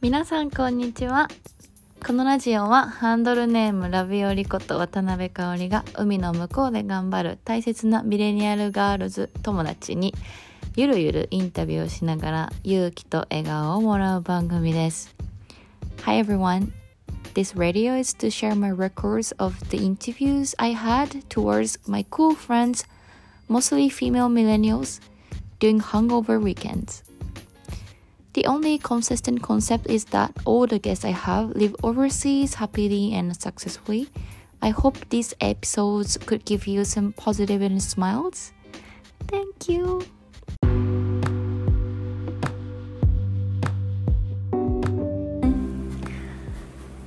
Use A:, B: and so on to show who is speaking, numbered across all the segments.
A: 皆さんこんにちはこのラジオはハンドルネームラビオリこと渡辺香織が海の向こうで頑張る大切なミレニアルガールズ友達にゆるゆるインタビューをしながら勇気と笑顔をもらう番組です Hi everyone This radio is to share my records of the interviews I had towards my cool friends, mostly female millennials, during hungover weekends. The only consistent concept is that all the guests I have live overseas happily and successfully. I hope these episodes could give you some positive and smiles. Thank you.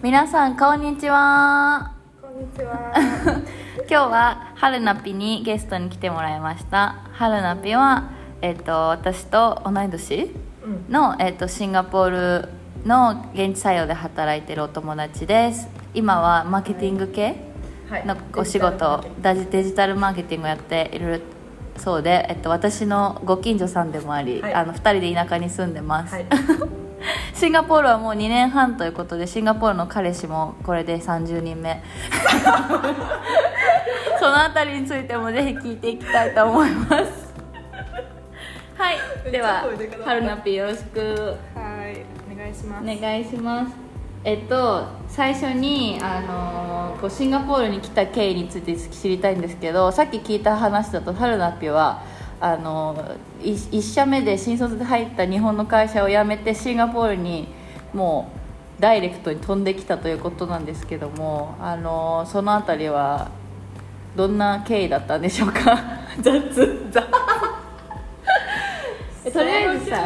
A: 皆さんこんにちは
B: こんにちは。
A: 今日は春なぴにゲストに来てもらいました春なぴは、えっと私と同い年
B: うん
A: の、えっとシンガポールの現地採用で働いてるお友達です今はマーケティング系
B: はい
A: のお仕事
B: デジ
A: ダジデジタルマーケティングをやっているそうで、えっと、私のご近所さんでもあり、
B: はい
A: あの2人で田舎に住んでます、
B: はい。
A: シンガポールはもう2年半ということでシンガポールの彼氏もこれで30人目 そのあたりについてもぜひ聞いていきたいと思いますはいでは
B: めっちゃ声でかかった
A: 春ナピーよろしく
B: はい。お願いしま
A: お
B: す。
A: 願いしますえっと最初にあのこうシンガポールに来た経緯について知りたいんですけどさっき聞いた話だと春ナピはあのい一社目で新卒で入った日本の会社を辞めてシンガポールにもうダイレクトに飛んできたということなんですけどもあのそのあたりはどんな経緯だったんでしょうか 雑雑えとりあえずさ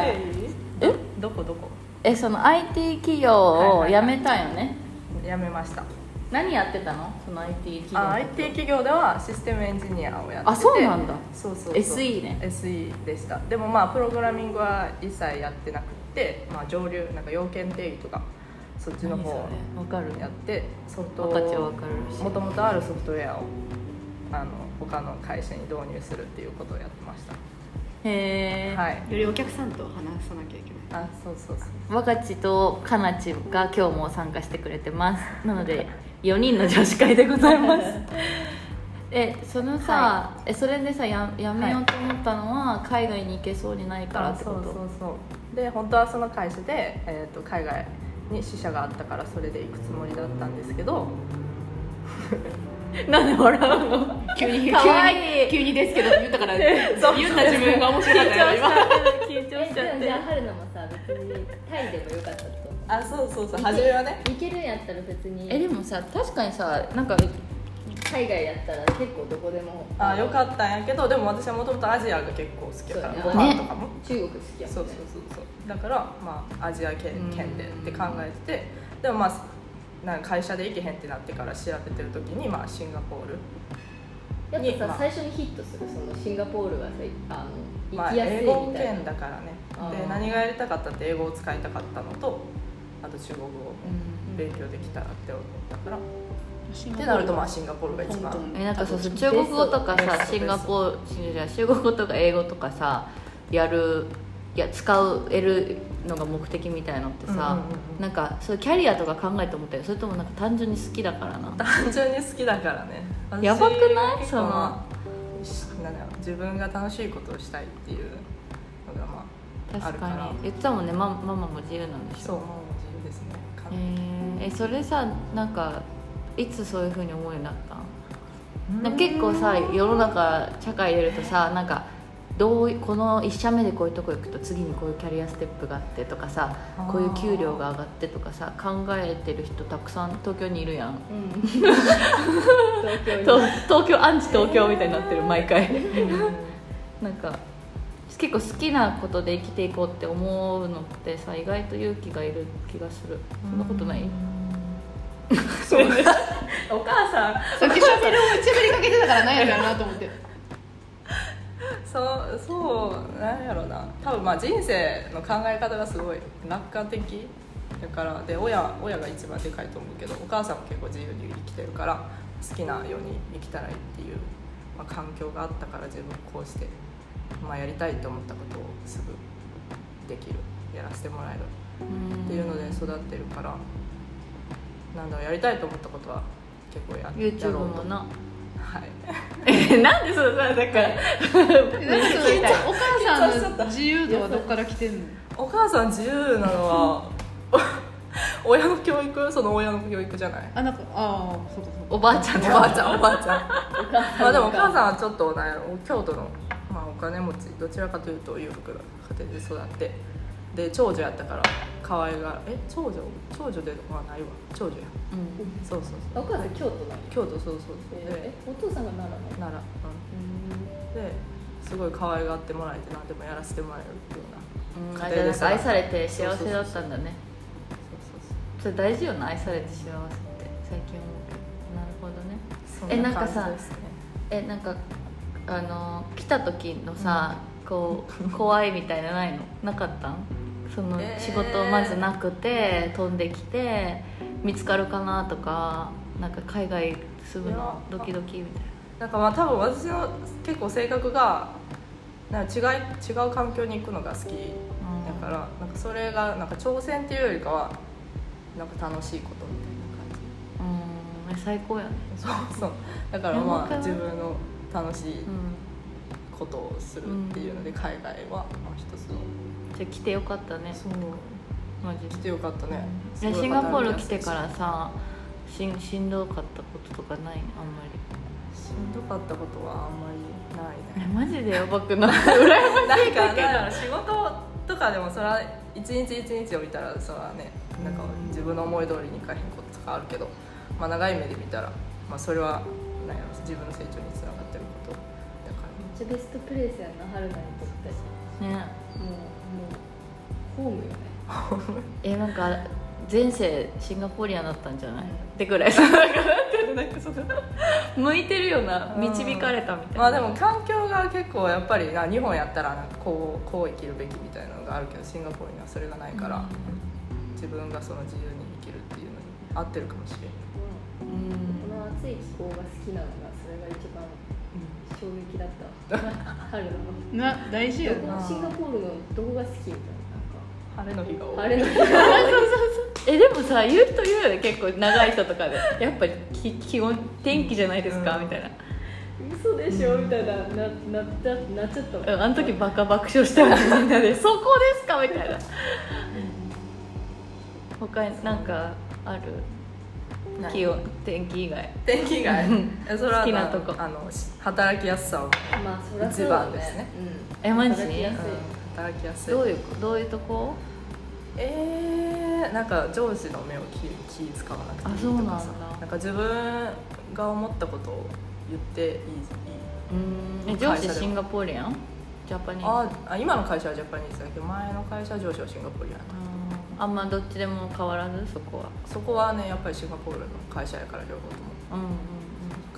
B: どどこどこ
A: えその IT 企業を辞めたんよね、
B: 辞めました。
A: 何やってたのその IT 企業
B: あ、IT 企業ではシステムエンジニアをやってて。
A: あそうなんだ
B: そうそうそう。
A: SE ね
B: SE でした。でもまあプログラミングは一切やってなくて、まあ上流なんか要件定義とかそっちの方を
A: わかる
B: やって、ソフト
A: 私はわかるし
B: もともとあるソフトウェアをあの他の会社に導入するっていうことをやってました。
A: へえ、
B: はい。
C: よりお客さんと話さなきゃいけない
B: あ、そうそうそう。
A: 若ちとかなちが今日も参加してくれてます なので4人の女子会でございます えそのさ、えそれでさややめようと思ったのは、海外に行けそうにないからってこと
B: そうそうそうで本当はその会社で、えー、と海外に支社があったからそれで行くつもりだったんですけど
A: なんで笑うの
C: 急に
A: かわいい
C: 急に急にですけどって言ったから言
B: そう
C: った自分が面白かったよ今
A: 緊張し
D: え
A: ち
D: で
A: ゃっ
D: もじゃあ
A: て
D: 春菜もさ別にタイでもよかったと
B: あそうそうそう初めはね
D: 行けるんやったら別に
A: えでもさ確かにさなんか
D: 海外やったら結構どこでも
B: あよかったんやけどでも私はもともとアジアが結構好きだから
D: そう
B: ご
D: や
A: な
B: 飯とかも、
D: 中国好きやも
B: そ
D: ん
B: うそうそうそうだからまあアジア圏
A: うん
B: 圏でって考えててでもまあなんか会社で行けへんってなってから調べてる時にまあシンガポール
D: やっぱ
B: まあ
D: さ最初にヒットするそのシンガポールはさあの
B: ま
D: 行
B: あ
D: きやすい
B: 英
D: み
B: 語
D: たい
B: 圏だ
D: な
B: からね
A: あー
B: で何がやりたかったって英語を使いたかったのとあと中国語を勉強できたらって思ったから、ってなるとまあシンガポールが一番
A: えなんかさ
B: あと
A: 中国語とか
B: ベス
A: さ
B: ト
A: シンガポールじゃあ中国語とか英語とかさやるいや使う得るのが目的みたいのってさ、
B: うんうんうんうん
A: なんかそうキャリアとか考えて思ったよそれともなんか単純に好きだからな
B: 単純に好きだからね私
A: やばくない
B: 結構まあしなんだろう自分が楽しいことをしたいっていうのがまああ
A: 確
B: る
A: からに言ってたもんねマママも自由なんでし
B: そう
A: ょ
B: もう自由ですねか
A: へええそれさなんかいつそういうふうに思うようになったんなんか結構さ世の中社会出るとさなんかどういこの1社目でこういうとこ行くと次にこういうキャリアステップがあってとかさ
B: あー
A: こういう給料が上がってとかさ考えてる人たくさん東京にいるやん
D: うん 東京に
A: と東京アンチ東京みたいになってる毎回なんか結構好きなことで生きていこうって思うのってさ意外と勇気がいる気がするそんなことないお母さん
C: さっきしゃべりを喋りかけてたからなんやろうなと 思って
B: そうそうなんやろうな多分まあ人生の考え方がすごい楽観的だからで親親が一番でかいと思うけどお母さんも結構自由に生きてるから好きなように生きたらいいっていう、まあ、環境があったから自分こうして、まあ、やりたいと思ったことをすぐできるやらせてもらえるっていうので育ってるからなんだろうやりたいと思ったことは結構やっや
A: YouTube
B: ろうと
A: もな
B: はい
A: えなんでそうさだから
C: お母さんの自由度はどっから来てんの
B: お母さん自由なのは親の教育その親の教育じゃない
C: あなんかああそうかそうか
A: おばあちゃ
B: お
A: ん
B: ば
A: が
B: あちゃんおばあちゃんまあでもお母さんはちょっとなんやろ京都の、まあ、お金持ちどちらかというと裕福な家庭で育ってで長女やったから可愛がえ長女長女ではないわ長女やそうそうそう
D: お母さん京都なの
B: 京都そうそうそうで
D: えお父さんが奈良なの
B: 奈良うんですごい可愛がってもらえて何でもやらせてもらえるっていうような
A: うん
B: 家
A: あ
B: 庭
A: じゃあ
B: で
A: なんか愛
B: 育
A: されて
B: そうそ
A: 幸
B: うそう
A: せだったんだね
B: そ
A: それ大事よな愛されて幸せって最近思うけどなるほどね
B: うそうそう
A: えなんか
B: そ
A: さ
B: な感じですね
A: えなんかあの来た時のさ、こう怖いみたいなないのなかったんその
B: えー
A: 仕事まずなくて、飛んできて見つかるかなとかなんか海外すぐ
B: いや
A: のドキドキみたい
B: なんかまあ多分私の結構性格がなんか違い違う環境に行くのが好き
A: な
B: だからなんかそれがなんか挑戦っていうよりかはなんか楽しいことみ
A: うんえ最高やね
B: たいな感じそうそうだからま
A: な
B: あ
A: んか
B: 自分の楽しい
A: うん
B: ことをするっていうので海外はまあ一つの
A: じゃあ来てよかったね
B: そう
A: マジで
B: 来てよかったね
A: いや
B: すご
A: シ
B: い
A: ンガ
B: 働き
A: ポール
B: や
A: 来
B: すいして
A: からさしんしんどかったこととかないあんまり
B: しんどかったことはあんまりないね
A: えマジでやばくない
B: なんかなんだろう仕事とかでもそれは一日一日を見たらそれはねなんか自分の思い通りにいかへんこととかあるけど、まあ、長い目で見たら、まあ、それはなんやろ自分の成長につながってることだか
D: めっちゃベストプレイスやな春菜にとっ
A: ね
D: てもうもうホームよね
A: えなんか前世シンガポリアンだったんじゃないってぐらい なんかなんかその向いてるような
B: うん
A: 導かれたみたいな
B: ら、まあ、でも環境が結構やっぱりな日本やったらなんかこうこう生きるべきみたいなのがあるけどシンガポールにはそれがないから、自分がその自由に生きるっていうのに合ってるかもしれない、
A: うん
D: この暑い気候が好きなのがそれが一番衝撃だったわ春菜の
C: な大事よ
D: どこシンガポールのどこが好きみたい
B: 晴れの日が多い
D: ななんかあれの日が
A: えでもさ言う人言うよね結構長い人とかでやっぱり気気温天気じゃないですか、
B: うん
A: みたいな、
D: 嘘でしょみたいなななななっちゃったもん
A: うん、あの時バカ爆笑したよねみんな で「そこですか?」みたいな他になんかある
B: ない
A: 気温天気以外
B: 天気以外えそれは
A: 好きなとこ
B: あのし働きやすさを
D: まあそらそう
B: 一
D: だ
B: 番ですね、
D: うん、
A: えマジ
D: 働きやすい
B: 働きやすい
A: どういうどういうとこ
B: えー、なんか上司の目を気気使わなくていい
A: あそうな
B: と
A: んだ
B: かさなんか自分が思ったことを言っていいいい
A: うん
B: え
A: 上
B: 会社
A: 司
B: でも
A: シンガポリアンジャパニーズ
B: ああ今の会社はジャパニーズだけど前の会社は上司はシンガポールやな
A: うんあんまどっちでも変わらずそこは
B: そこはねやっぱりシンガポールの会社やから両方とも
A: うんうん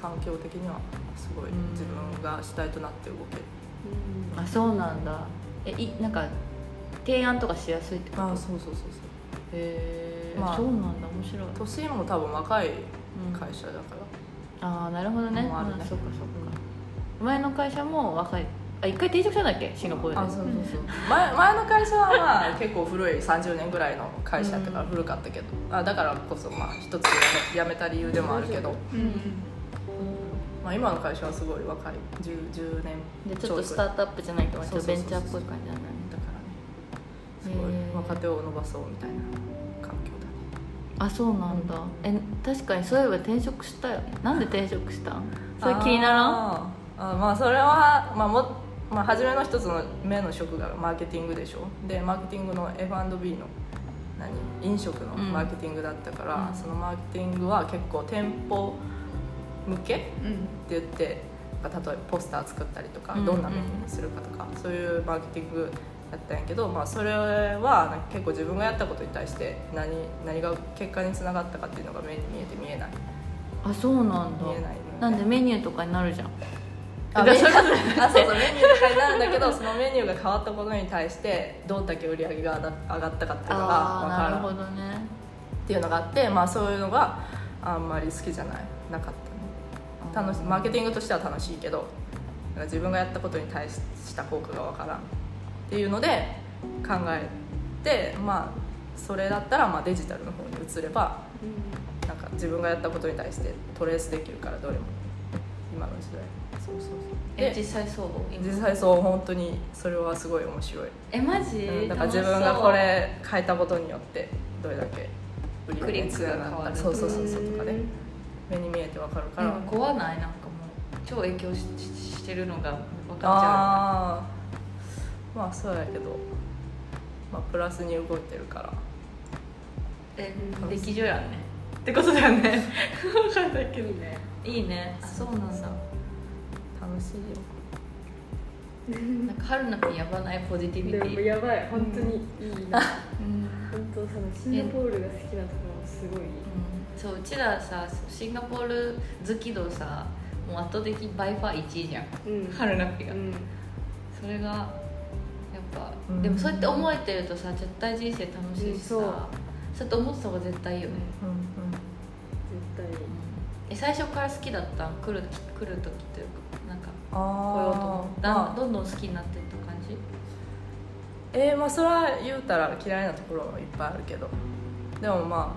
B: 環境的にはすごい
A: うん
B: 自分が主体となって動ける
A: うんあそうなんだえいなんか提案とかしやすいってこと
B: ああそうそうそうそう
A: へえ、
B: まあ
A: そうなんだ面白い
B: 年も多分若い
A: うん
B: 会社だから、
A: ああなるほどね
B: もあるね
A: まあそうかそうか前の会社も若いあ一回転職したんだっけシンガポールで
B: あそうそうそう前前の会社はまあ結構古い30年ぐらいの会社だったから古かったけど、あだからこそまあ一つ辞め辞めた理由でもあるけど、
C: うん
B: まあ、今の会社はすごい若い 10, 10
A: で
B: 年
A: ちょっとスタ
B: ー
A: ートアップじゃないけどちょ
B: そ
A: っ
B: う
A: と
B: そ
A: ベ
B: うそう
A: ン
B: そう
A: チャーっぽい感じなんだね
B: だからねす
A: へー
B: ごい若手を伸ばそうみたいな環境だね
A: あそうなんだえ確かにそういえば転職したよねなんで転職したん それ気にならん
B: あーあーまあそれは、まあ、もまあ初めの一つの目の職がマーケティングでしょでマーケティングの F&B の何飲食の
A: うん
B: マーケティングだったから、
A: うん
B: そのマーケティングは結構店舗向けって
C: うん
B: 言ってなんか例えばポスター作ったりとか、
A: うん
B: どんなメニューにするかとかそういうマーケティングやったんやけど、まあ、それはなんか結構自分がやったことに対して何何が結果につながったかっていうのが目に見えて見えない
A: あそうなんだ
B: 見えない
A: なんでメニューとかになるじゃん
B: あ
A: だ
B: メ
A: から
B: ニュ
A: それこ
B: ーあそうそうメニューとかになるんだけどそのメニューが変わったことに対してどんだけ売り上げが上が上がったかっていうのが
A: ああーなる
B: 分か
A: ほ
B: る
A: どね
B: っていうのがあって、まあ、そういうのがあんまり好きじゃないなかったね楽しマーケティングとしては楽しいけどなんか自分がやったことに対した効果が分からんっていうので考えてまあそれだったらまあデジタルの方に移ればなんか自分がやったことに対してトレースできるからどれも今の時代そうそうそう
A: え
B: で
A: 実際そう今
B: 実際そう本当にそれはすごい面白い、
A: えマジ、
B: うんだから自分がこれ変えたことによってどれだけ売り上げにつなが
A: クリックが変わる
B: ったそうそうそうそうとかね
D: うん
B: 目に見えてわかるか
A: 楽しそう
B: ら、
A: でも怖ないなんかもう超影響しししてるのが分か
B: ああまあそうやけど、まあ、プラスに動いてるから
A: っちゃうえ
B: うん
A: 出来上やんねってことだよね分かんないけど
D: いいね
A: いいねあそうなんだ
B: 楽しいよ
A: なんか春菜のやばないポジティビテ
D: でも
A: ィ
D: やばい本当にいいな
A: うん
D: 本当そのシンガポールが好きなところもすごい
A: そううちらさシンガポール好き度さもう圧倒的バイファー1位じゃん
D: うん
A: 春菜ピ
D: う
A: が
D: ん
A: それがやっぱ、
B: うん
A: でもそうやって思えてるとさ絶対人生楽しいしさ、
D: うんそう
A: そうやって思ってた方が絶対いいよね、
B: うんうん
D: 絶対
A: え最初から好きだったん来る来る時というかなんか来ようと
B: あ
A: 思っ
B: あ、
A: ただん
B: まあ、
A: どんどん好きになってった感じ
B: えー、まあそれは言うたら嫌いなところはいっぱいあるけどでもま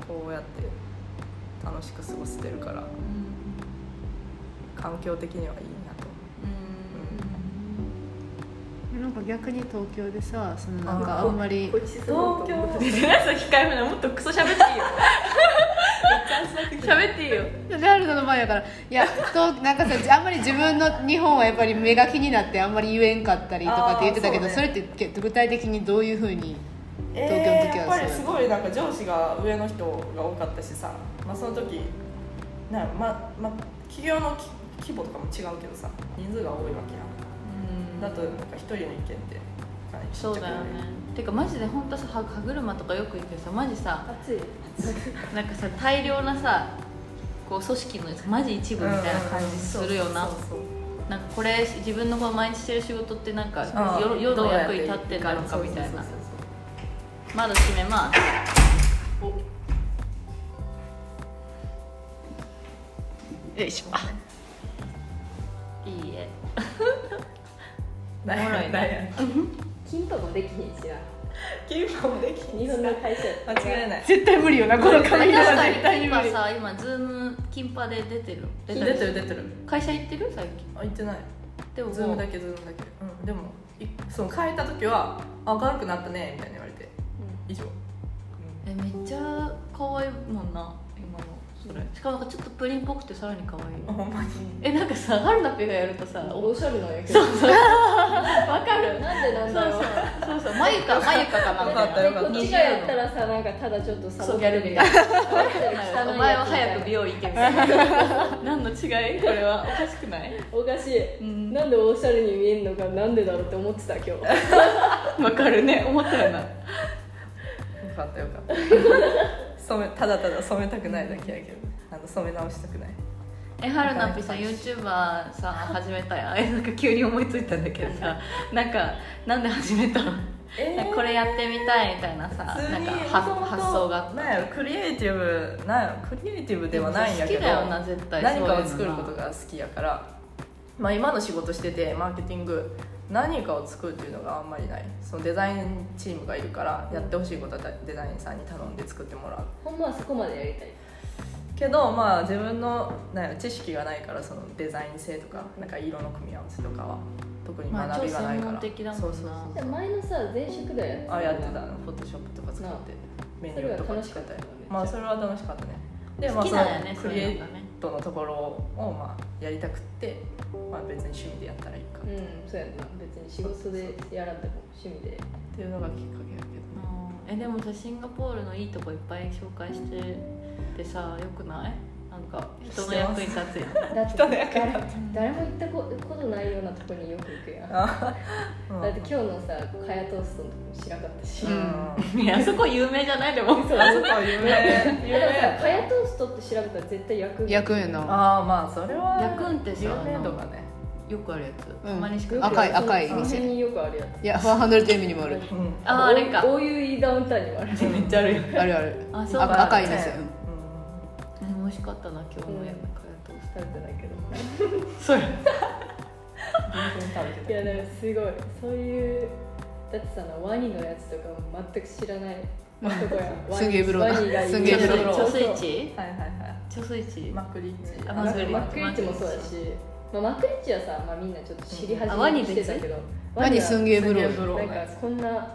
B: あこうやって楽しく過ごせてるから
A: うん
B: 環境的にはいいなと
C: なんか逆に東京でさそのなん
B: あ
C: か
B: ー
C: あんまり
D: ごちそうだと思
A: う
D: う
A: ん 皆さん控えめなもっとクソ喋っていいよ喋っていいよ
C: でアルドの前やからいやとなんかさあんまり自分の日本はやっぱり目が気になってあんまり言えんかったりとかって言ってたけど
B: あー
C: そ,、
B: そう
C: れってけ具体的にどういうふうに東京の時は
B: えーやっぱりすごいなんか上司が上の人が多かったしさ、まあ、その時なまま企業のき規模とかも違うけどさ人数が多いわけやん
A: うん
B: だとなんか一人の意見ってかなりちっちゃ
A: そう
B: く
A: だ
B: なる
A: よねてかマジで本当さ歯歯車とかよく行くけどさマジさ
D: 暑い
A: なんかさ大量なさこう組織のマジ一部みたいな感じするよな、
B: うんそうそうそう
A: なんかこれ自分のこう毎日してる仕事ってなんか
B: あ
A: 世
B: ー
A: 世の
B: どうや
A: 役に立ってんだろうか
B: そう
A: み
B: そうそう
A: たいな
B: そうそう
A: 窓閉めます
C: よいしょ
A: いいえ
B: そう
A: おもろいね
B: なんや
D: 金箔もできへんしな
B: 金箔もできひん
D: 日本の会社
B: 間違い
D: い
B: ない
C: 絶対無理よなこの
A: 確か
C: 髪
A: に
C: 色は絶対に無
A: 今
C: 理
A: さ今ズームキンパで出てる
B: 出
A: たり
B: てる出てる
A: 会社行ってる最近
B: あ行ってない
A: でも
B: ズーム
A: も
B: だ
A: う
B: けズームだけうんでもいその変えた時はあ明るくなったねみたいに言われて以上
A: えめっちゃ可愛いもんな今のそれしかもなんかちょっとプリンっぽくてさらに可愛い
B: あほんまに
A: えなんかさ春菜ペがやるとさ
D: おしゃれなんやけど
A: わかる
D: なんでなん
A: そ
D: だ
A: うそ
D: ろ
A: ううそうそう眉か眉かかなみたいな
B: そうよか
D: こ
B: った
D: っちがやったらさなんかただちょっとサボってるみたいな
A: お前は早く美容院行けみたいな 何の違いこれはおかしくない
D: おかしい
A: うん
D: なんでおしゃれに見えるのかなんでだろうって思ってた今日
A: わかるね思ったよな
B: よかったよかった染めただただ染めたくないだけやけどあの染め直したくない
A: えはるなっぴさん YouTuber さん始めたやんえなんか急に思いついたんだけどさなんかなんで始めたの
B: え
A: なんかこれやってみたいみたいなさ
B: 普通
A: なん
B: に
A: か
B: もと
A: は
B: もと
A: 発想があっ
B: なんやろクリエイティブなんやろクリエイティブではないんやけど
A: 好きだよな絶対
B: 何か
A: そ
B: を
A: う
B: 作
A: いう
B: る
A: のな
B: ことが好きやから、まあ、今の仕事しててマーケティング何かを作るっていうのがあんまりないそのデザインチームがいるからやってほしいことはデザインさんに頼んで作ってもらう
D: ほんまはそこまでやりたい
B: けどまあ自分のなんやろ知識がないからそのデザイン性とかなんか色の組み合わせとかは特に
A: まあ
B: 学びがない
A: 超専
B: から、
A: 門的だもんな
B: そうそうそう
D: じゃあ前のさ前職だよ
B: あやってたのフォトショップとか使っ
D: なあ
B: てメニ
D: それ
B: ュー
D: は
B: とか
D: 楽し
B: 使
D: か
B: っ
D: ったた
B: り
D: よね
B: まあそれは楽しかったねで
A: 好きなんや
B: まあ
A: ね
B: そ
A: そ
B: の
A: う
B: クリエ
A: いうの
B: イ
A: がね
B: トのところをまあやりたくって、まあ、別に趣味でやったらいいかっ
D: うんそうやな別に仕事でやらんでも趣味で
B: ていうのがきっかけやけどね
A: うんえでもさシンガポールのいいとこいっぱい紹介してってさよくないなんか人の役に立つやん
D: だって
B: 人の役
D: 誰誰も行ったこことないようなとこによく行くやんだ
B: うん
D: って今日のさカヤトーストのとこも知らんかったし、
B: うん
D: だ
A: いやそこ有名じゃないでも
B: あそこは有名有
D: からさカ
B: 名
D: ヤトーストって調べたら絶対役
C: 焼くんやな
B: ああまあそれは
A: ヤクンってさ
B: 有名度がね
A: よくあるやつ、
C: うん
A: たまにしか
C: よく赤い赤い
D: その辺によくあるや
C: いや100円にもある
D: つ
B: うん
A: あーあれか
D: こういうダウンタウンにもある
B: めっちゃあるよ
C: あるある
A: あそう
C: あ赤い
A: ね
C: ですよ
A: 美味しかったな今日のやっぱり
D: 食べてないけど
A: それ
B: 全然食べ
D: い
B: て
D: やでもすごいそういうだってさワニのやつとかも全く知らないどこや
C: すげえ風呂だ
D: ワニがいる
C: すげえ
A: 貯
C: 風呂だ
D: そうそう
A: 水池
B: はいはいはい
A: 貯水池
B: マックリッチ
A: あ
D: マ
A: マグリ
D: ックリッチもそうだし、まあ、マックリッチはさ、まあ、みんなちょっと知り始
A: うんあワニ
D: めてたけど、
C: ワニすんげえ風呂
B: すげえ風呂
D: なんかこんな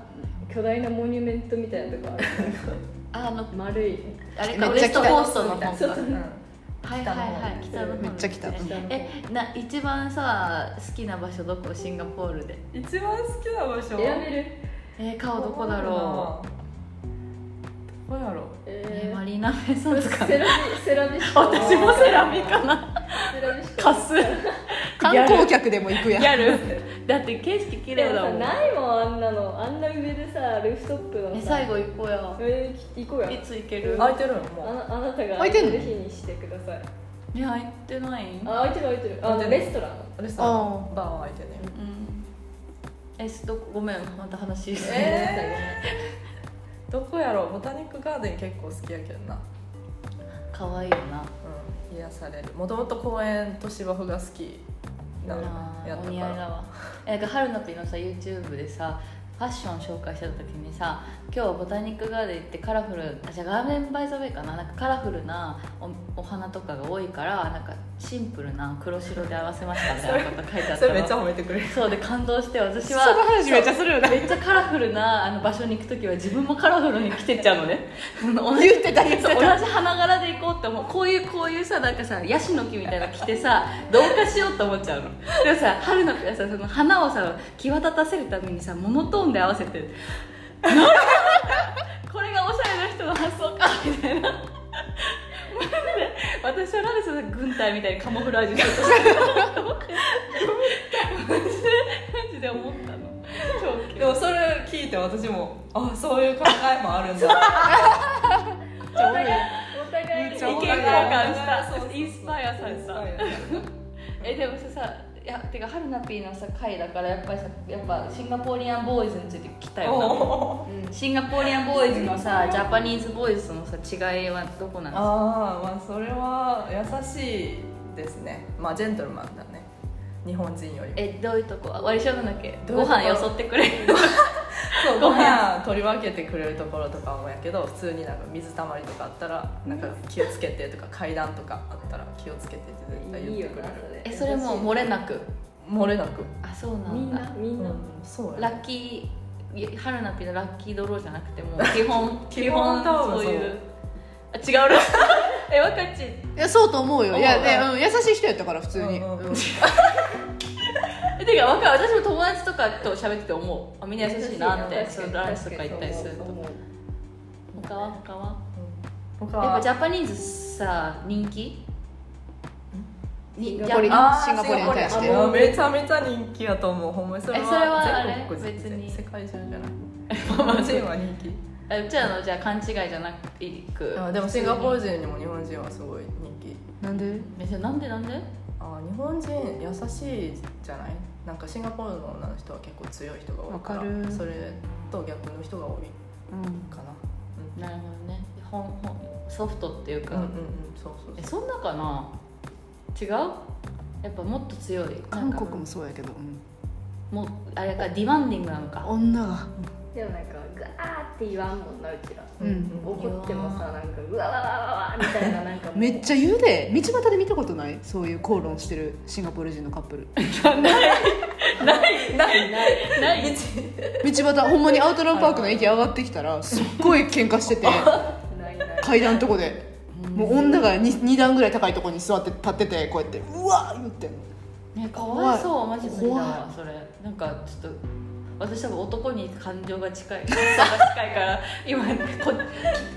D: 巨大なモニュメントみたいなとこあるなんか
A: ああの
D: 丸い
A: あれかウ
C: めっ
A: エ
C: ちゃ
A: ス
C: 来た
A: トコーストの方か
D: そうそう
B: うん
A: はいはいはい北の方
D: め
C: っちゃ来た
D: 下の方
A: えな一番さ好きな場所どこシンガポールで
B: 一番好きな場所
D: 選べる
A: えー、顔どこだろ
B: うどこやろう
A: う、え
D: え
A: ー、
D: ー
A: マリーナベイサンズか
D: セ
A: な
D: ラミセラミしか
A: 私もセラミかな
D: セラミしか
A: カス
C: 観光客でも行くやん
A: ギャルだって景色綺
D: で
A: 麗
D: も
A: だ
D: さ
A: もん
D: ないもんあんなのあんな上でさルーフトップの
A: え
D: さ
A: 最後行こうよ
D: 上行こうや
A: いつ行ける
B: 空いてるの
D: あ
B: もう
D: なあなたが
C: 空いてんの
D: ぜひにしてください
A: いや行ってない
D: あ空いてる空いてるあ
B: 空いて
D: の
B: る
D: レストラン
B: レストランバーは空いてね
A: うんえちょっとごめんまた話す
B: えどこやろうボタニックガーデン結構好きやけどな
A: 可愛いよな
B: うん癒されるもともと公園と芝生が好きなの
A: あ
B: や
A: ー
B: った
A: お似
B: か
A: 合いだ
B: ら
A: わえなんか春のピのさ YouTube でさファッション紹介してた時にさ今日ボタニックガーデン行ってカラフルあじゃあガーデンバイザウェイかななんかカラフルなおお花とかが多いからなんかシンプルな黒白で合わせましたみたいなこと書いてあっ
B: そ
A: た
B: れめっちゃ
A: の
B: 褒めてくれる
A: そうで感動して私は
C: その話めっちゃするよね
A: めっちゃカラフルなあの場所に行く時は自分もカラフルに着てっちゃうの ね同
C: 言ってた言ってた
A: そう同じ花柄で行こうって思うこういうこういうさなんかさヤシの木みたいなの着てさ同化しようと思っちゃうのでもさ春の木はさその花をさ際立たせるためにさモノトーンで合わせて これがおしゃれな人の発想かみたいな マジで私はなんでそんな軍隊みたいにカモフラージュしようとしてるのと思ってマジでマジで思ったの超
B: でもそれ聞いて私もあそういう考え もあるんだ
D: お互いお互い
B: めっ
D: に
B: ちゃ
A: 意見
B: 多
A: 交
B: い
A: 換し
B: そうそ
A: た
B: うそう
A: インスパイアされ
B: そ
A: た
B: うや
A: えでもささいやてか春菜 P のさ会だからやっぱりさやっぱシンガポーリアンボーイズについて聞きたいよ
B: おー
A: なシンガポーリアンボーイズのさジャパニーズボーイズとのさ違いはどこなんですか
B: ああまあそれは優しいですねまあジェントルマンだね日本人よりも
A: えどういうとこ割りしょなんだっけ
B: どうい
A: ご
B: うとこ
A: 飯よそってくれる
B: そうご飯取り分けてくれるところとかもやけど普通になんか水たまりとかあったらなんか気をつけてとか階段とかあったら気をつけてって絶対言っ
D: いい
B: て
D: よ
B: くれ
D: な
B: る
D: それ
A: えそれもう漏れなく
B: 漏れなく、
A: あそうな
D: みん
A: ん
D: な
A: だ
D: みんな
B: そうや
A: ラッキー春菜 P のラッキードローじゃなくてもう基本
B: 基本多分
A: そうい
B: そう
A: うあ違うらしい え若っち
C: いやそうと思うよいや
B: 思うわ
C: ね、うん、優しい人やったから普通に、
B: うんうん
C: うん
A: え てか分かる私も友達とかと喋ってて思うあみんな優しいなって
D: 確
A: そ
D: かに
A: うランチとか行ったりすると
D: 確かにそう思う
A: 他は他は
B: 他
A: やっ
B: は
A: ぱジャパニーズさ人気に
D: シン
A: ジ
D: ガ
A: ャ
D: ポリ
A: あ
B: あー
C: シンガポリに対して
B: シンガポリあめちゃめちゃ人気やと思うほんまにそれは
A: えそれはあれ
B: 全国全
A: 別に
B: 世界中じゃない日本人は人気
A: えうちらのじゃあ勘違いじゃなく
B: あでもシンガポール人にも日本人はすごい人気
C: なんで
A: 別になんでなんで
B: あ日本人優しいじゃないなんかシンガポールの女の人は結構強い人が多いから
C: わかる
B: それと逆の人が多
C: うん
B: いかな
A: なるほどねほんほんソフトっていうか、
B: うんうんうんそうそう
A: え
B: そう
A: そんなかな違うやっぱもっと強いなん
C: 韓
A: か
C: 国もそうやけど、うん
A: もうあれかディマンディングなの か
C: 女が
D: でもなんかガーって言わんもんなうちら
C: うん
D: 怒ってもさなんかうわわわわわみたいななんかもう
C: めっちゃ言うで道端で見たことないそういう口論してるシンガポール人のカップル
B: ないない
A: ない
C: 道端ほんまにアウトランパークの駅上がってきたらすっごい喧嘩 してて
D: ないない
C: 階段のとこでもう女が 2, 段ぐらい高いとこに座って立っててこうやってうわー言ってんの
A: ねかわいそうマジ無理だわ
C: 怖
A: それなんかちょっと私多分男に感情が近い 感想が近いから今こ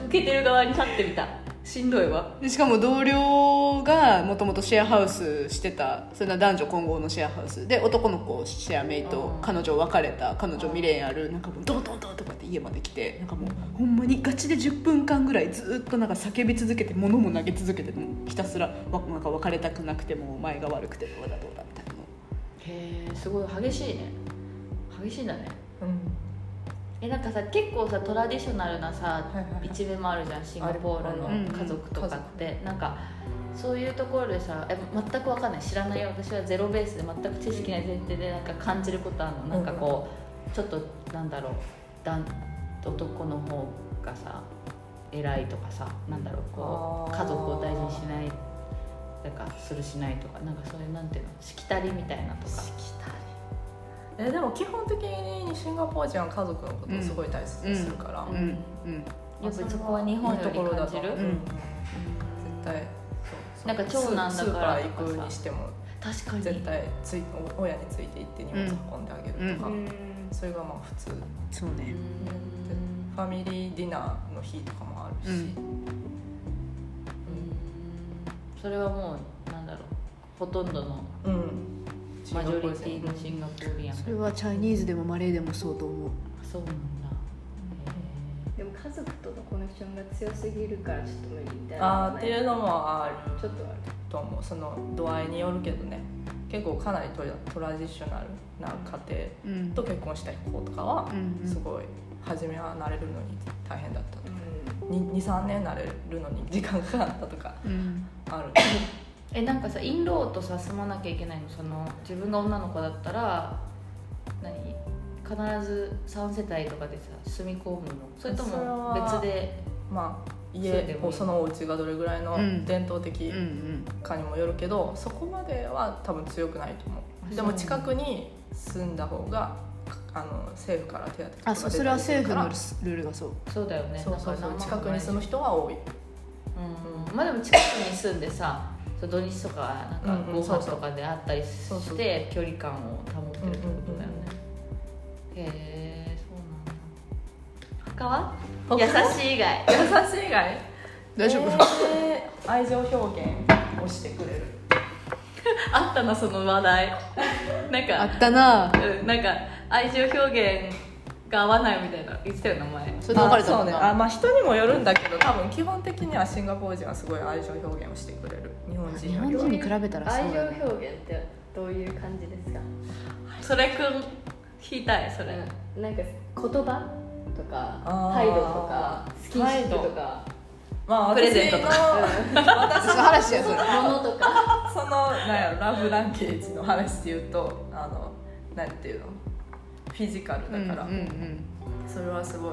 A: 受けてる側に立ってみたしんどいわ
C: でしかも同僚がもともとシェアハウスしてたそれな男女混合のシェアハウスで男の子シェアメイト
A: うん
C: 彼女別れた彼女未練あるなんかもうドンドンドンとかって家まで来てなんかもうほんまにガチで10分間ぐらいずっとなんか叫び続けて物も投げ続けてもうひたすらわなんか別れたくなくてもお前が悪くてどうだどうだみたいなの
A: へえすごい激しいね激しいんだね
B: うん
A: えなんかさ結構さトラディショナルなさ
B: はいはいはい
A: 一面もあるじゃんシンガポールの家族とかってなんかそういうところでさえ全くわかんない知らないよ私はゼロベースで全く知識ない前提でなんか感じることあるのなんかこうちょっとなんだろう男男の方かさ偉いとかさなんだろうこ
B: あ
A: う
B: ー
A: 家族を大事にしないなんかするしないとかなんかそういうなんていうのしきたりみたいなとか
B: えでも基本的にシンガポール人は家族のことをすごい大切にするから、
C: うんうん
A: やっぱりそこは日本より感じる
B: いいところだと
C: うん
B: 絶対そう
A: なんか長男だから
B: スーパー行くにしても
A: 確かに
B: 絶対つい親について行って荷物運んであげるとか、
D: うん
B: それがまあ普通
C: そうね
A: うん
B: ファミリーディナーの日とかもあるし、
A: それはもうなんだろうほとんどの
B: うん
A: マジョリティのシンガポーリアン
C: それはチャイニーズでもマレーでもそうと思う
A: そうなんだへ
D: でも家族とのコネクションが強すぎるからちょっと無理みたいな
B: あーっていうのもある
D: ちょっとある
B: と思うその度合いによるけどね結構かなりトラトラディショナルな家
C: うん
B: 庭と結婚したい子とかは
C: うん
B: すごい初めは慣れるのに大変だったと
D: う
B: 23年慣れるのに時間かかったとか
C: うん
B: ある
A: ええなんかさインローとさ住まなきゃいけないのその自分が女の子だったら何必ず3世帯とかでさ住み込むのそれと
B: それ
A: も
B: は
A: 別で
B: まあ
A: そうで
B: 家
A: もい
B: お
A: い
B: そのお家がどれぐらいの
C: うん
B: 伝統的
C: うん
B: かにもよるけど、そこまでは多分強くないと思
A: あ
B: うでも
A: そう
B: 近くに住んだ方があの政府から手当とかが出たりするか
C: あ
B: ら
C: そうそれは政府のルールがそう
A: そうだよね
B: そうそう
A: だか
B: そ
A: ら
B: う
A: 何
B: 近
A: 万
B: く
A: もない
B: に
A: し
B: 住む人は多い
A: うんまあでも近くに住んでさそう土日とかなんか
B: うん
A: ご
B: うんそう
A: 飯
B: そう
A: とかであったりして、
B: そうそう
A: 距離感を保ってるってことだよね、へえそうなんだ他は優しい以外
B: 優しい以外
C: 大丈夫
B: えー愛情表現をしてくれる
A: あったなその話題 なん
C: あ
A: か
C: ったな
A: うんなんか愛情表現が合わないみたいな言ってたよな前
C: それで別れ
B: あ
C: た
B: そ
C: も
B: うんね
C: な
B: あまあ人にもよるんだけど多分基本的にはシンガポール人はすごい愛情表現をしてくれる日本人
C: 日
B: よ
C: 本
B: りは
C: 人に比べたら
D: 愛
C: そう
D: 情
C: だね
D: 表現ってどういう感じですか、
A: それくん引いたいそれ、
D: うんなんか言葉と
B: あ
D: か
B: ー
D: 態度とかスキンシップとか
B: まあ
A: プレゼントと
B: 私の
C: 私の話やそれ
D: 物とか
B: そのなんやろラブランゲージの話で言うとあのなんていうのフィジカルだから、
C: うんうん
B: それはすごい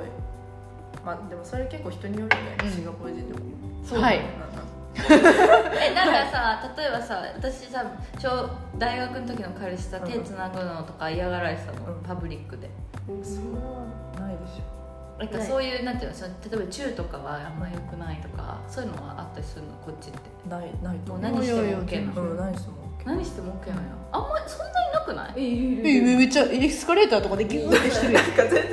B: まあでもそれ結構人によるよね、
C: うん
B: シンガポール人でも
C: うんはい
A: えなんかさ例えばさ私さ小大学の時の彼氏さ手つなぐのとか嫌がられてたの、
B: うん
A: パブリックで
B: そうないでしょ
A: なんか
D: はい
A: そういうなんていうのその例えばチューとかはあんま良くないとかそういうのはあったりするのこっちって
B: ないないと
A: もう
B: 思
A: 何
B: う
A: しても OK なの
B: うん、ないしも
A: 何しても OK なのよあんまりそんなになくない
D: えいるい
C: え
D: る
C: めっちゃエスカレーターとかでギューってしてるやん
B: なんか全然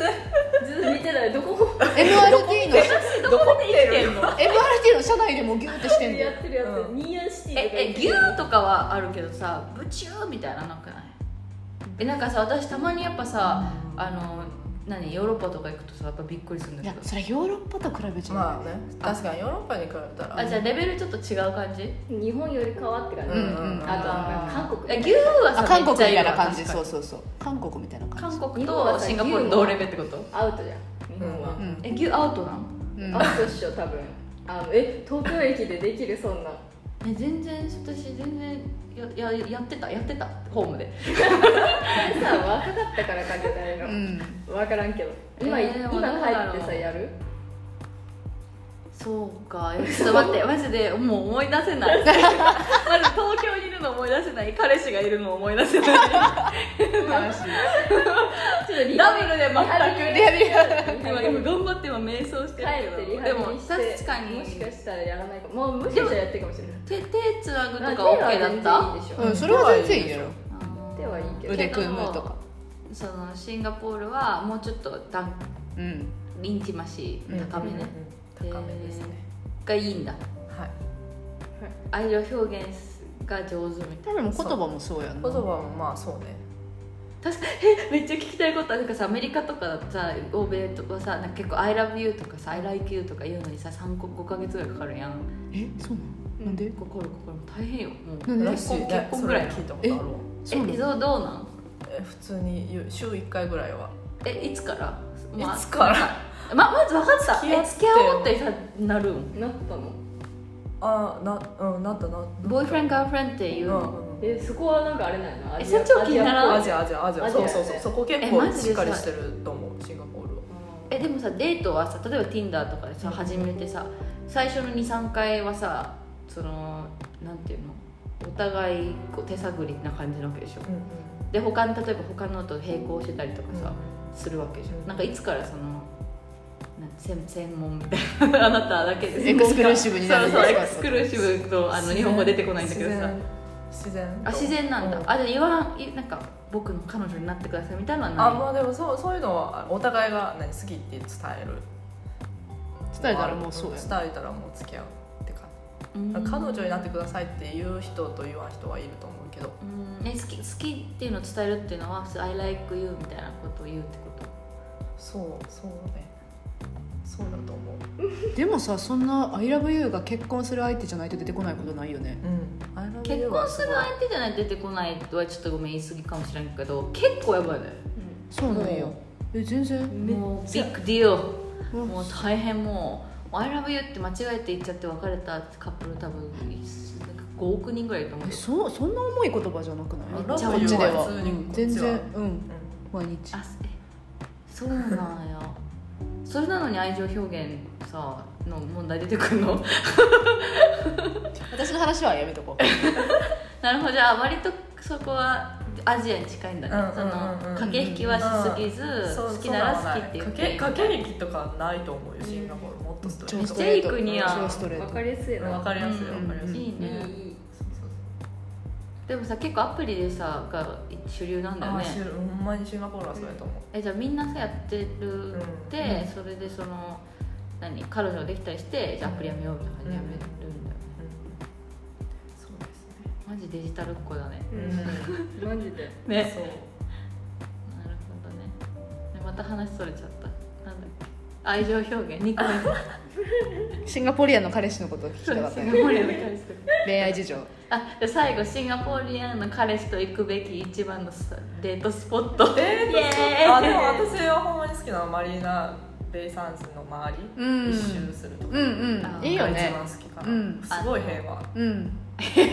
D: ずっと見てないどこも
C: MRT の
B: どこ見てるの
C: MRT の車内でもギューってしてんだ
D: や
C: よ
D: ってるやつ、
B: う
D: ニーアンシティとか
A: ええギューとかはあるけどさブチューみたいなのなくないえなんかさ私たまにやっぱさあの何ヨーロッパとか行くとさやっぱびっくりするん
C: い
A: だ
C: や
A: けど
C: それヨーロッパと比べちゃ
B: まあね確かにヨーロッパに比べたら
A: あじゃあレベルちょっと違う感じ
D: 日本よりかはって感じ、
B: うん
C: うんうん
D: あとはなんか韓国
A: えギューは
C: あ
A: さ
C: 韓国
A: めっ
C: み
A: ちゃ
C: た
A: い
C: い
A: る
C: な
A: わ
C: 感じ
A: 確かに
C: そうそうそう韓国みたいな感じ
A: 韓国とシンガポール同レベルってこと
D: アウトじゃん日本は、
C: うん
A: え牛アウトなの
C: うん
D: アウトっしょ多分あのえ東京駅でできるそんな
A: え全然私全然やややってたやってたホームで
D: さ若かったからかじゃないの、
C: うん
D: 分からんけど今、
A: えー
D: 今
A: どうだろ
D: 帰
A: う
D: ってさやる
A: そうかえ ちょっと待ってマジでもう思い出せないまず東京にいるの思い出せない彼氏がいるの思い出せない
C: 悲しい
D: ちょっとリ
A: ダブルで
D: ハ
A: 全
D: ビ
A: く
D: リハビリ
A: 今今頑張って今瞑想してる
D: 帰って
A: け
D: リ
A: ど
D: ハ
A: で
D: ビ
A: も
D: リして
A: 確かに
D: もしかしたらやらないかももうもしかしたらやってるかもしれない
A: 手手つなぐとか OK だった
D: 手は全然いいでし
C: う
D: ょ
C: んそれは全然いいやろ
D: 手はいいけど
C: 腕組むとか
A: そのシンガポールはもうちょっとダン
C: うん
A: リンチマシー高めね、
B: うんうん高めですね
A: がいいんだ
B: はい
A: 愛情表現が上手みたい
C: 多分言葉もそうやんな
B: 言葉もまあそうね
A: 確かにめっちゃ聞きたいことあるなんかさアメリカとかだとさ欧米とかさなんか結構「ILOVEYOU」とかさ「ILIKEYOU」とか言うのにさ3個5か月ぐらいかかるやん
C: えそうなのなんで
A: 心心大変よもう
C: なんで
B: ら
C: 結
B: しい
C: 婚
B: ね
A: 結婚ぐらいの
B: それ聞いたことあるわ
A: え
C: そう
A: え
C: なの
A: どうどうなん
B: え普通に言う週1回ぐらいは
A: えいつから、まあ
B: いつから
A: ままず分かった
B: 付き
A: え
B: 合って
A: 付き合おうってさなるん
D: なったの
B: あーなうんなったなった
A: ボーイフレンドガールフレンドって言う
B: う
A: の、
B: ん
D: えそこはなんかあれないの
A: えそっちも気にならん
B: アジアアジアアジア
D: アジア
B: そうそうそうそこ結
A: えマ
B: 構
A: ジで
B: しっかりしてると思うシンガポールは
D: うん
A: えでもさデートはさ例えば Tinder とかでさ始めてさ最初の23回はさそのなんていうのお互いこう手探りな感じなわけでしょ
B: うんうん
A: で他の例えば他のと並行してたりとかさ、するわけじゃ
B: うん
A: んなんかいつからそのなん専専門みたいな あなただけです
C: エクスクルーシブになる
A: そうそうエ
C: ん
A: ク
C: です
A: ス
C: か
A: クルーシブとあの日本語出てこないんだけどさ
B: 自然
A: あ自然なんだ、
B: う
A: あじゃあ言わんいなんか僕の彼女になってくださいみたいなの
B: あ
A: は
B: まあでもそうそういうのはお互いが何好きって伝える
C: 伝えたらもうそうやな
B: 伝えたらもう付き合うって感
A: ない
B: じ、彼
A: う
B: 女になってくださいって言う人と言わん人はいると思うけど
A: んえ好き好きっていうのを伝えるっていうのは「I like you」みたいなことを言うってこと
B: そうそうねそうだと思う
C: でもさそんな「ILOVEYOU」が結婚する相手じゃないと出てこないことないよね
B: うん I love
A: 結
B: you
A: 婚
B: は
A: す
B: ごい
A: る相手じゃないと出てこないとはちょっとごめん言い過ぎかもしれんけど結構やばいね
C: そうなんよえ全然
A: もうビッグディオ
C: うん
A: もう大変もう「I love you」って間違えて言っちゃって別れたカップル多分なんか5億人ぐらいいると思う
C: え
A: よ
C: そそんな重い言葉じゃなくない
A: めっちゃ
C: こっちでは
B: 普通に
C: うん
B: こっちは
C: 全然うん
B: うん
C: 毎日
A: あえそうなんやそれなのに愛情表現さの問題出てくる の
C: 私の話はやめとこう
A: なるほどじゃあ割とそこはアジアに近いんだね、
B: うんうん
A: そ
B: うんうん
A: の駆け引きはしすぎず、
B: そう
A: 好きなら好きって言
B: そう
A: っ
B: だね
A: て
B: かけ駆け引きとかないと思うよシンガポールもっとストレ
A: め
B: ー
A: っ
B: ト
A: ちゃいい国や
C: 超ストレー
D: わ
C: ト
D: かりやすいな
B: わかりやすいわかりやすい、
A: いい
D: いい
A: ね、
D: いい
B: そうそうそう
A: でもさ結構アプリでさが主流なんだよ
B: あ
A: ね
B: あシンほんまにシンガポールはそうやと思う
A: えじゃあみんなさやってるで、
B: うん
A: それでその何彼女ができたりしてじゃあアプリやめようみたいな感じでやめるんだよね、
B: そうですね
A: マジデジタルっ子だね
B: う
D: マ
B: ん、
D: ジで
B: そう
A: なるほどねねまた話それちゃったなんだっけ愛情表現2個目
C: シンガポリアンの彼氏のことを聞きたかっ
A: シ
C: た
A: ン
C: ね
A: ガポリアンの彼氏と
C: 恋愛事情
A: あで最後シンガポリアンの彼氏と行くべき一番のさデートスポッ ト
B: デートスポ
A: イエーイ
B: あでも私はほんまに好きなのはマリーナ・ベイ・サンズの周り、
C: うん
B: 一周するとか、
C: うん
A: あ
C: うん
A: ー
C: いいよね
B: が一番好きかな、
C: うん
B: すごい平和
C: うん
B: すごい
A: い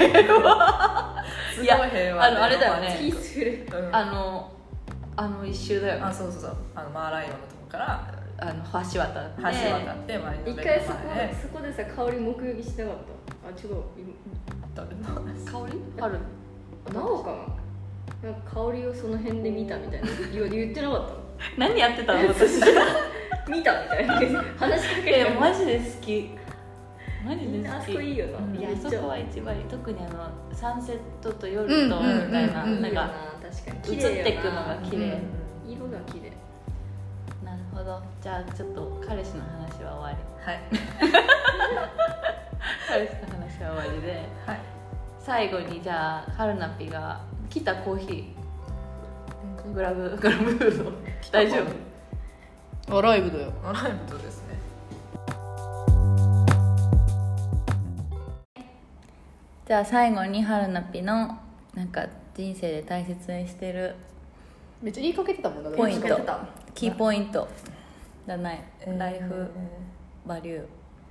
A: や
B: 平和で
A: あのあれだよね
D: ピースフル
B: うん
A: あのあの一周だよ
B: あ
A: ね
B: そうそうそうあのマーライオンのとこから
A: あの橋渡って
B: 橋渡ってマリーナ・ベイ
D: 一
B: の
D: 回そこ
B: 前で
D: そこでさ香り目撃しなかったあちょっと
B: 撮るの
A: 香り春
D: 今なおかななんか香りをその辺で見たみたいな言う言ってなかっ
A: 何やってたの私
D: たの見たみたいな 話しかけて
A: えマジで好きマジ
D: みん
A: で
D: なあ
A: 好
D: そ
A: き
D: こいいよ
A: う
D: なん
A: いや
D: めっちゃ
A: そこは一番いい特にあのサンセットと夜とみたいな、
C: うんうんうん
A: な
D: なんん
A: か
D: か確かに
A: 映
D: 綺
A: っ
D: 麗
A: ていくの
D: よな
A: が綺麗、
C: うん
D: 色が綺麗
A: なるほどじゃあちょっと彼氏の話は終わり
B: はい
A: 彼氏の話は終わりで
B: はい
A: 最後にじゃあ春菜ぴが来たコーヒーグラブグラブフード大丈夫
C: アライブだよ
B: アライブとですね
A: じゃあ最後に春菜ぴのなんか人生で大切にしてる
C: めっちゃ言いかけてたもんな
A: ポイン
C: 言いか
A: ト
C: けてた
A: キーポイントじゃないライ
B: えー
A: フバリュー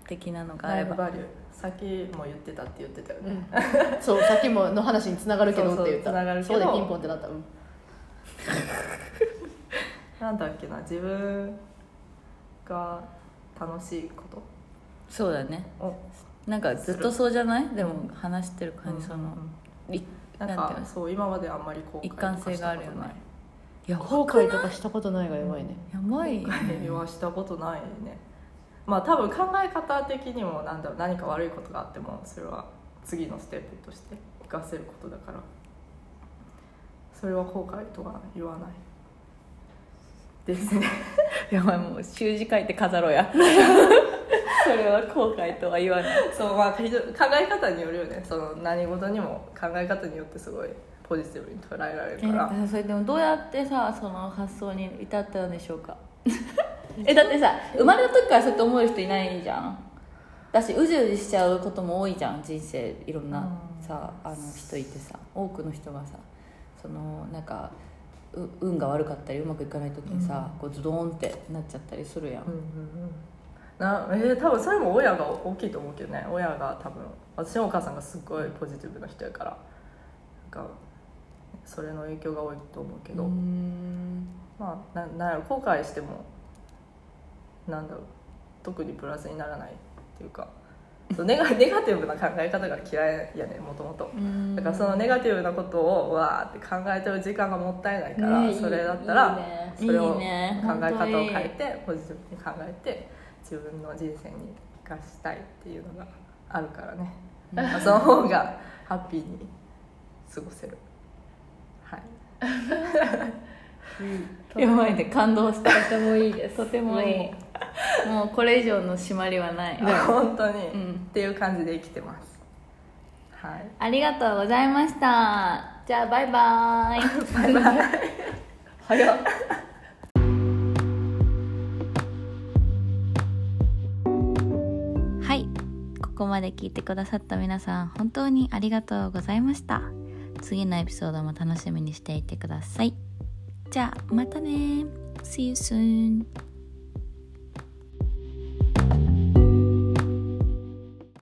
A: 的なのがあ
B: ラ
A: れ
B: イフ
A: ば
B: バリューさっきも言ってたって言ってたよね、
C: うんそうさっきもの話に繋がるけどって言っ
B: そ
C: た
B: うそう繋がるけ
C: そ
B: ど
C: うでピンポンってなったうん
B: なんだっけな自分が楽しいこ
A: そうだね
B: とを
A: なんかずっとそうじゃないでも話してる感じそ
B: うんう
A: の
B: んうん
A: い
B: なん
A: なんて
B: か
A: いうの
B: そう今まであんまり後悔
A: 一貫性があるよ
B: とか
A: ねいや
C: 後悔とかしたことないがやばいね
A: やばいよ
B: したことな
A: ね
B: い恋愛はしたことないねまあ多分考え方的にもなんだろう何か悪いことがあってもそれは次のステップとして生かせることだからそれは後悔とは言わないですね
A: や ばいもう習字書いて飾ろう やそれは後悔とは言わない
B: そうまあ考え方によるよねその何事にも考え方によってすごいポジティブに捉えられるから
A: えそれでもどうやってさその発想に至ったんでしょう かえだってさ生まれた時からそうやって思える人いないじゃんだしうじうじしちゃうことも多いじゃん人生いろんなさあの人いてさ多くの人がさそのなんかう運が悪かったりうまくいかない時にさ、こうズドーンってなっちゃったりするやん、
B: うんうんうんなえー多分それも親が大きいと思うけどね親が多分私のお母さんがすごいポジティブな人やからなんかそれの影響が多いと思うけど、
A: うーん
B: まあななんやろ後悔してもなんだろう特にプラスにならないっていうかそうネガネガティブな考え方が嫌いやねもともとだからそのネガティブなことをわーって考えてる時間がもったいないから、
D: ねいい
B: それだったら
D: いいね
B: それ
E: いい
B: を考え
E: ね
B: 方を変
E: 本当
B: えてポジティブに考えて自分の人生に生かしたいっていうのがあるからね、まあその方がハッピーに過ごせるはい
E: やばいね感動した
D: とてもいい です
E: とてもいいもうこれ以上の締まりはない、
B: 本当に、
E: うん
B: っていう感じで生きてますはい
E: ありがとうございましたじゃあバイバーイ
C: 早っ
A: はいここまで聞いてくださった皆さん本当にありがとうございました次のエピソードも楽しみにしていてくださいじゃあまたね See you soon